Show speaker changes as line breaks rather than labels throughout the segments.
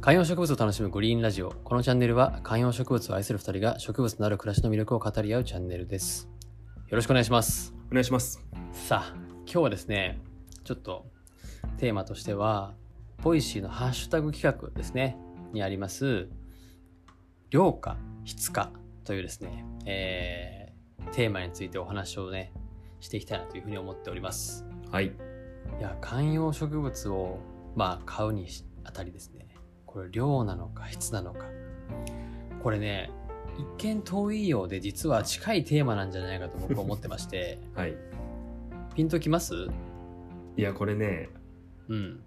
観葉植物を楽しむグリーンラジオ。このチャンネルは観葉植物を愛する2人が植物のある暮らしの魅力を語り合うチャンネルです。よろしくお願いします。
お願いします。
さあ、今日はですね、ちょっとテーマとしては、ポイシーのハッシュタグ企画ですね、にあります、量か質かというですね、えーテーマについてお話をね、していきたいなというふうに思っております。
はい。
いや観葉植物をまあ買うにあたりですねこれ量なのか質なのかこれね一見遠いようで実は近いテーマなんじゃないかと僕は思ってまして
はい。
ピンときます
いや、これね、
うん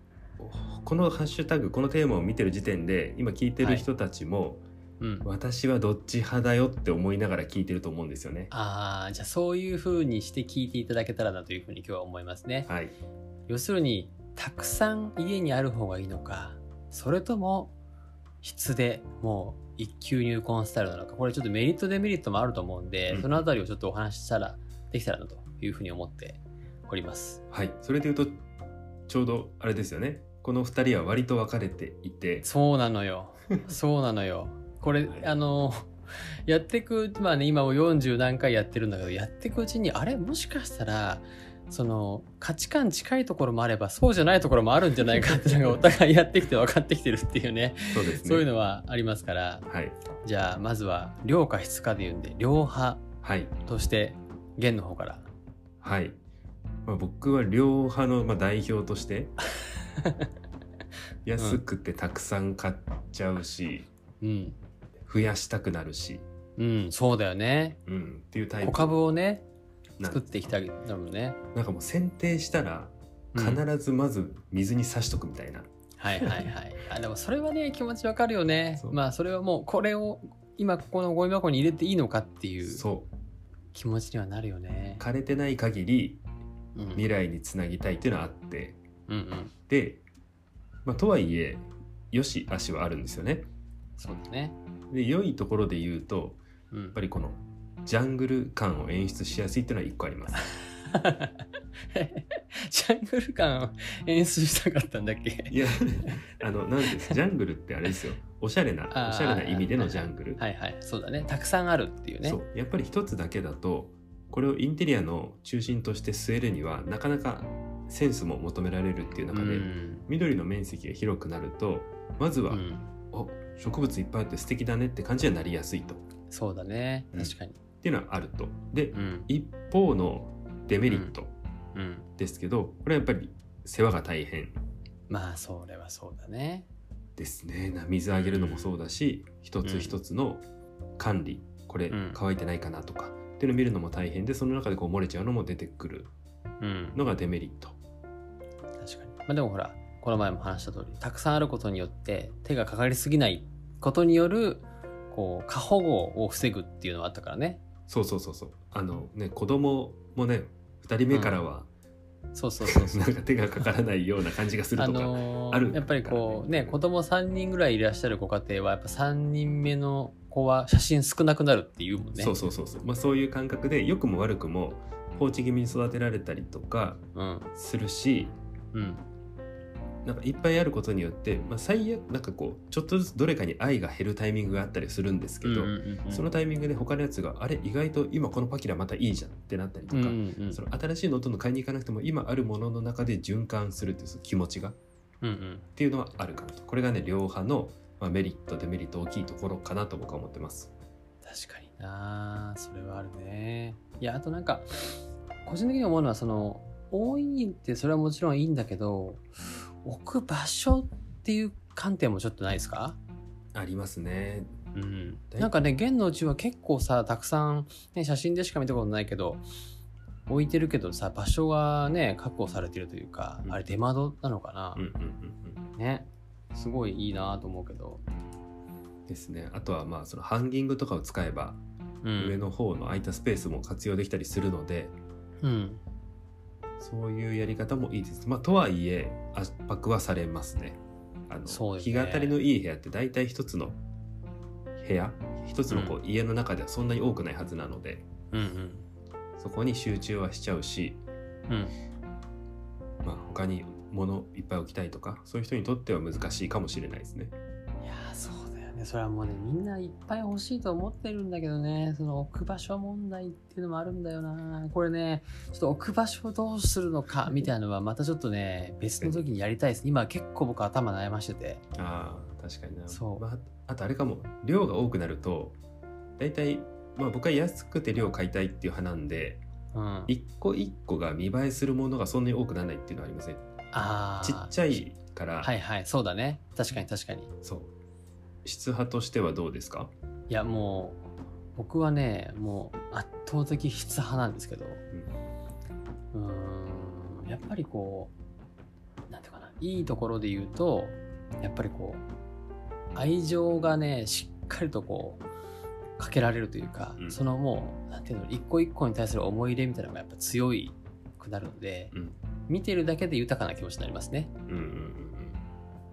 このハッシュタグ、このテーマを見てる時点で、今聞いてる人たちも、
うん
私はどっち派だよって思いながら聞いてると思うんですよね。
あーじゃあそういう風にして聞いていただけたらなというふうに今日は思いますね
はい。
要するにたくさん家にある方がいいのかそれとも質でもう一級入魂スタイルなのかこれちょっとメリットデメリットもあると思うんで、
うん
そのあたりをちょっとお話ししたらできたらなというふうに思っております
はい。それで言うと、ちょうどあれですよね。この二人は割と分かれていて、
そうなの よそうなのよこれあのやっていくまあね今もう40何回やってるんだけどやっていくうちにあれもしかしたらその価値観近いところもあればそうじゃないところもあるんじゃないかっていうのがお互いやってきて分かってきてるっていうね
そうですね。
そういうのはありますから、
はい。
じゃあまずは量か質かで言うんで、量派
はい。
として弦の方から。
はい。まあ、僕は両派の、まあ、代表として、 安くてたくさん買っちゃうし、
うん。
増やしたくなるし、
うん、そうだよね。
うん、っていうタイ
小
プ
株をね、
なん
作
で
っていきたいんだもんね。
なんかもう剪定したら
うん
必ずまず水に刺しとくみたいな、
はいはいはい。あ、でもそれはね、気持ちわかるよね
そ。う
まあそれはもうこれを今ここのゴミ箱に入れていいのかっていう
そう
気持ちにはなるよね。
枯れてない限り
うん、うん
未来につなぎたいっていうのはあって
うん。
で、まあ、とはいえ良し悪しはあるんですよね
そうだね。
で良いところで言うと
う
やっ
ん
ぱ。りこのジャングル感を演出しやすいっていうのは一個あります
ジャングル感を演出したかったんだっけ
いやあのなんですジャングルってあれですよおしゃれな
あー
おしゃれな意味でのジャングル、
はいはい。そうだね。たくさんあるっていうね。
そうやっぱり一つだけだとこれをインテリアの中心として据えるにはなかなかセンスも求められるっていう中で、
うん
緑の面積が広くなるとまずは、
うん
お植物いっぱいあって素敵だねって感じにはなりやすいとっ
そうだね
うん
確かに
ていうのはあるとで、
うん
一方のデメリット
うん
ですけど、これはやっぱり世話が大変
まあそれはそうだね
ですねな水あげるのもそうだし、一つ一つの管理これ
うん
乾いてないかなとか、っていうのを見るのも大変でその中でこう漏れちゃうのも出てくる
うん
のがデメリット
確かにまあでもほらこの前も話した通りたくさんあることによって手がかかりすぎないことによるこう過保護を防ぐっていうのはあったからね
そうそうそうそうあのね子供もね2人目からは
そうそうそうそ
な
うん
か手がかからないような感じがする
あ
とか、
のー
ある
やっぱりこうね子供3人ぐらいいらっしゃるご家庭はやっぱ3人目の子は写真少なくなるっていうもんね
そうそうそうそう、まあ、そういう感覚で良くも悪くも放置気味に育てられたりとか
うん
するし
うん
なんかいっぱいあることによって、まあ、最悪なんかこうちょっとずつどれかに愛が減るタイミングがあったりするんですけ
う
ど、
んうんうん
そのタイミングで他のやつがあれ意外と今このパキラまたいいじゃんってなったりと
うん
か、
うんうん
その新しいのをどんどん買いに行かなくても今あるものの中で循環するっていうその気持ちが
うんうん
っていうのはあるかなとこれがね両派の、まあ、メリットデメリット大きいところかなと僕は思ってます
確かになそれはあるねいやあとなんか個人的に思うのはその多いってそれはもちろんいいんだけど置く場所っていう観点もちょっとないですか
ありますね
うん、なんかね現のうちは結構さたくさん、ね、写真でしか見たことないけど置いてるけどさ場所がね確保されてるというか、
うん
あれ出窓なのかな
うん、うんうん
ねすごいいいなと思うけど、
うんですねあとはまあそのハンギングとかを使えば
うん、
上の方の空いたスペースも活用できたりするので、
うん
そういうやり方もいいですまあとはいえ圧迫はされますねあの
そうです
日
ね
が当たりのいい部屋って大体一つの部屋一つのこう家の中ではそんなに多くないはずなので、
うん
そこに集中はしちゃうし
うんうん
まあ、他に物いっぱい置きたいとかそういう人にとっては難しいかもしれないですね。
やーそうだよねそれはもうねみんないっぱい欲しいと思ってるんだけどねその置く場所問題っていうのもあるんだよなこれねちょっと置く場所をどうするのかみたいなのはまたちょっとね別の時にやりたいです今結構僕頭悩ましてて
ああ確かにな
そう
まあ、あとあれかも量が多くなると大体、まあ、僕は安くて量買いたいっていう派なんで
うん
一個一個が見栄えするものがそんなに多くならないっていうのはありません
あー
ちっちゃいから、
はいはいそうだね確かに確かに
そう質派としてはどうですか、
いやもう僕はねもう圧倒的質派なんですけどうーんやっぱりこうなんていうかないいところで言うとやっぱりこう愛情がねしっかりとこうかけられるというか、
うん
そのもうなんていうの一個一個に対する思い入れみたいなのがやっぱ強いくなるので、
うん
見てるだけで豊かな気持ちになりますね。
うんうんうん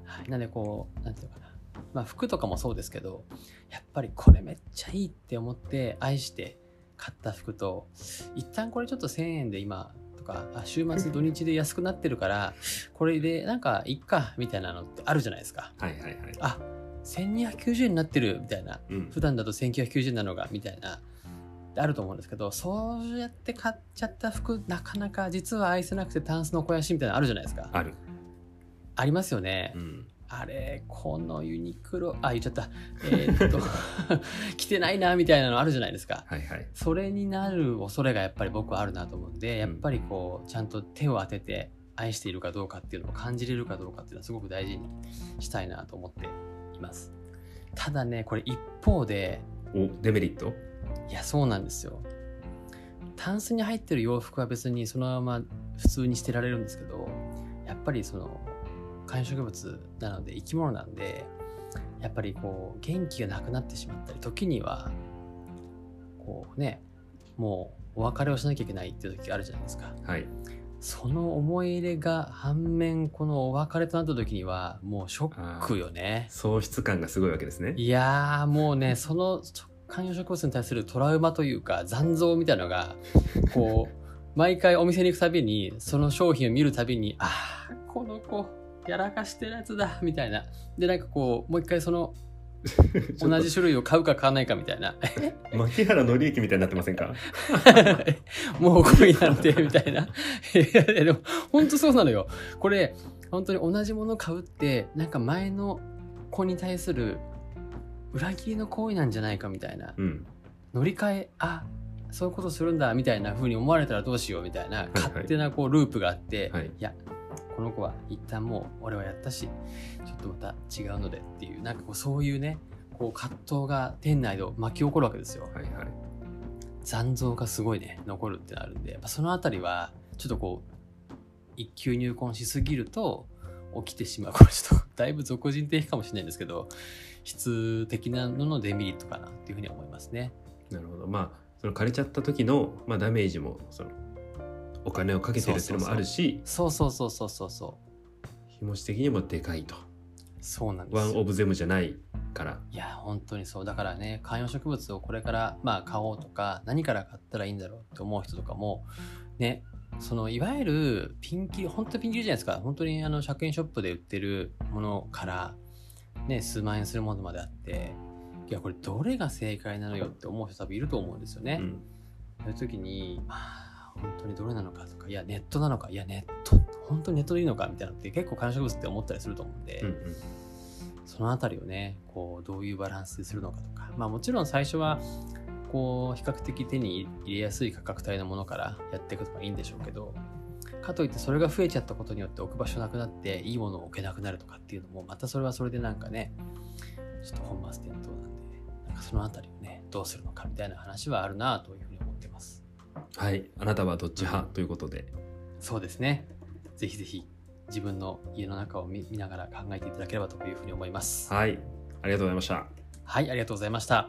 はい、なのでこうなんていうのかな、まあ、服とかもそうですけどやっぱりこれめっちゃいいって思って愛して買った服と一旦これちょっと1,000円で今とかあ週末土日で安くなってるからこれでなんかいっかみたいなのってあるじゃないですか
うんはいはいはい
あ1290円になってるみたいな
うん
普段だと1990円なのがみたいなってあると思うんですけどそうやって買っちゃった服なかなか実は愛せなくてタンスの肥やしみたいなのあるじゃないですかあ
ある、
りますよね
うん、
あれこのユニクロあ言っちゃったえーっと 着てないなみたいなのあるじゃないですか
はいはい
それになる恐れがやっぱり僕はあるなと思うんでやっぱりこうちゃんと手を当てて愛しているかどうかっていうのを感じれるかどうかっていうのはすごく大事にしたいなと思っていますただねこれ一方で
おデメリット
いやそうなんですよタンスに入ってる洋服は別にそのまま普通に捨てられるんですけどやっぱりその観葉植物なので生き物なんでやっぱりこう元気がなくなってしまったり時にはこうねもうお別れをしなきゃいけないっていう時があるじゃないですか
はい
その思い入れが反面このお別れとなった時にはもうショックよね
喪失感がすごいわけです ね
いやーもうねその観葉植物に対するトラウマというか残像みたいのがこう毎回お店に行くたびにその商品を見るたびにああこの子やらかしてるやつだみたいなでなんかこうもう一回その同じ種類を買うか買わないかみたいな
牧原紀之みたいになってませんか
もう恋なんてみたいな いやでも本当そうなのよこれ本当に同じもの買うってなんか前の子に対する裏切りの行為なんじゃないかみたいな
うん
乗り換えあそういうことするんだみたいな風に思われたらどうしようみたいな勝手なこうループがあって、
はい
いやこの子は一旦もう俺はやったしちょっとまた違うのでっていうなんかこうそういうねこう葛藤が店内で巻き起こるわけですよ
はいはい
残像がすごいね残るってなるんでやっぱそのあたりはちょっとこう一級入魂しすぎると起きてしまうこれちょっとだいぶ俗人的かもしれないんですけど質的なののデメリットかなっていうふうに思いますね。
なるほどまあその借りちゃった時の、まあ、ダメージもそのお金をかけてるっていうのもあるし
そうそうそうそうそうそう
気持ち的にもでかいと
そうなんで
ワ
す
ン・
よ
オブ・ゼムじゃないから
いや本当にそうだからね観葉植物をこれからまあ買おうとか何から買ったらいいんだろうって思う人とかもねそのいわゆるピンキリ本当ピンキリじゃないですか本当にあの100円ショップで売ってるものからね数万円するものまであっていやこれどれが正解なのよって思う人多分いると思うんですよね。
うん
そういう時に、まあ、本当にどれなのかとか、いや、ネットなのか、いや、ネット、本当にネットでいいのかみたいなのって結構観葉植物って思ったりすると思うんで、
うんうん
そのあたりをね、こう、どういうバランスでするのかとか、まあもちろん最初は、こう、比較的手に入れやすい価格帯のものからやっていくとかいいんでしょうけど、かといってそれが増えちゃったことによって置く場所なくなっていいものを置けなくなるとかっていうのもまたそれはそれでなんかねちょっと本末転倒なんでなんかそのあたりをねどうするのかみたいな話はあるなというふうに思ってます。
はいあなたはどっち派ということで
そうですね。ぜひぜひ自分の家の中を見見ながら考えていただければというふうに思います。
はいありがとうございました
はい、ありがとうございました。